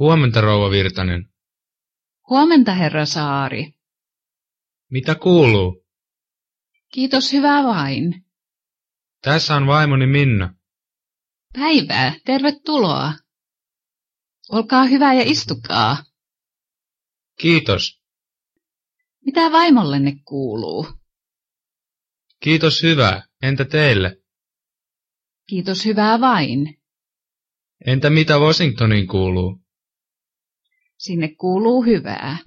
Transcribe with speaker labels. Speaker 1: Huomenta, rouva Virtanen.
Speaker 2: Huomenta, herra Saari.
Speaker 1: Mitä kuuluu?
Speaker 2: Kiitos hyvää vain.
Speaker 1: Tässä on vaimoni Minna.
Speaker 2: Päivää, tervetuloa. Olkaa hyvä ja istukaa.
Speaker 1: Kiitos.
Speaker 2: Mitä vaimollenne kuuluu?
Speaker 1: Kiitos hyvää. Entä teille?
Speaker 2: Kiitos hyvää vain.
Speaker 1: Entä mitä Washingtoniin kuuluu?
Speaker 2: Sinne kuuluu hyvää.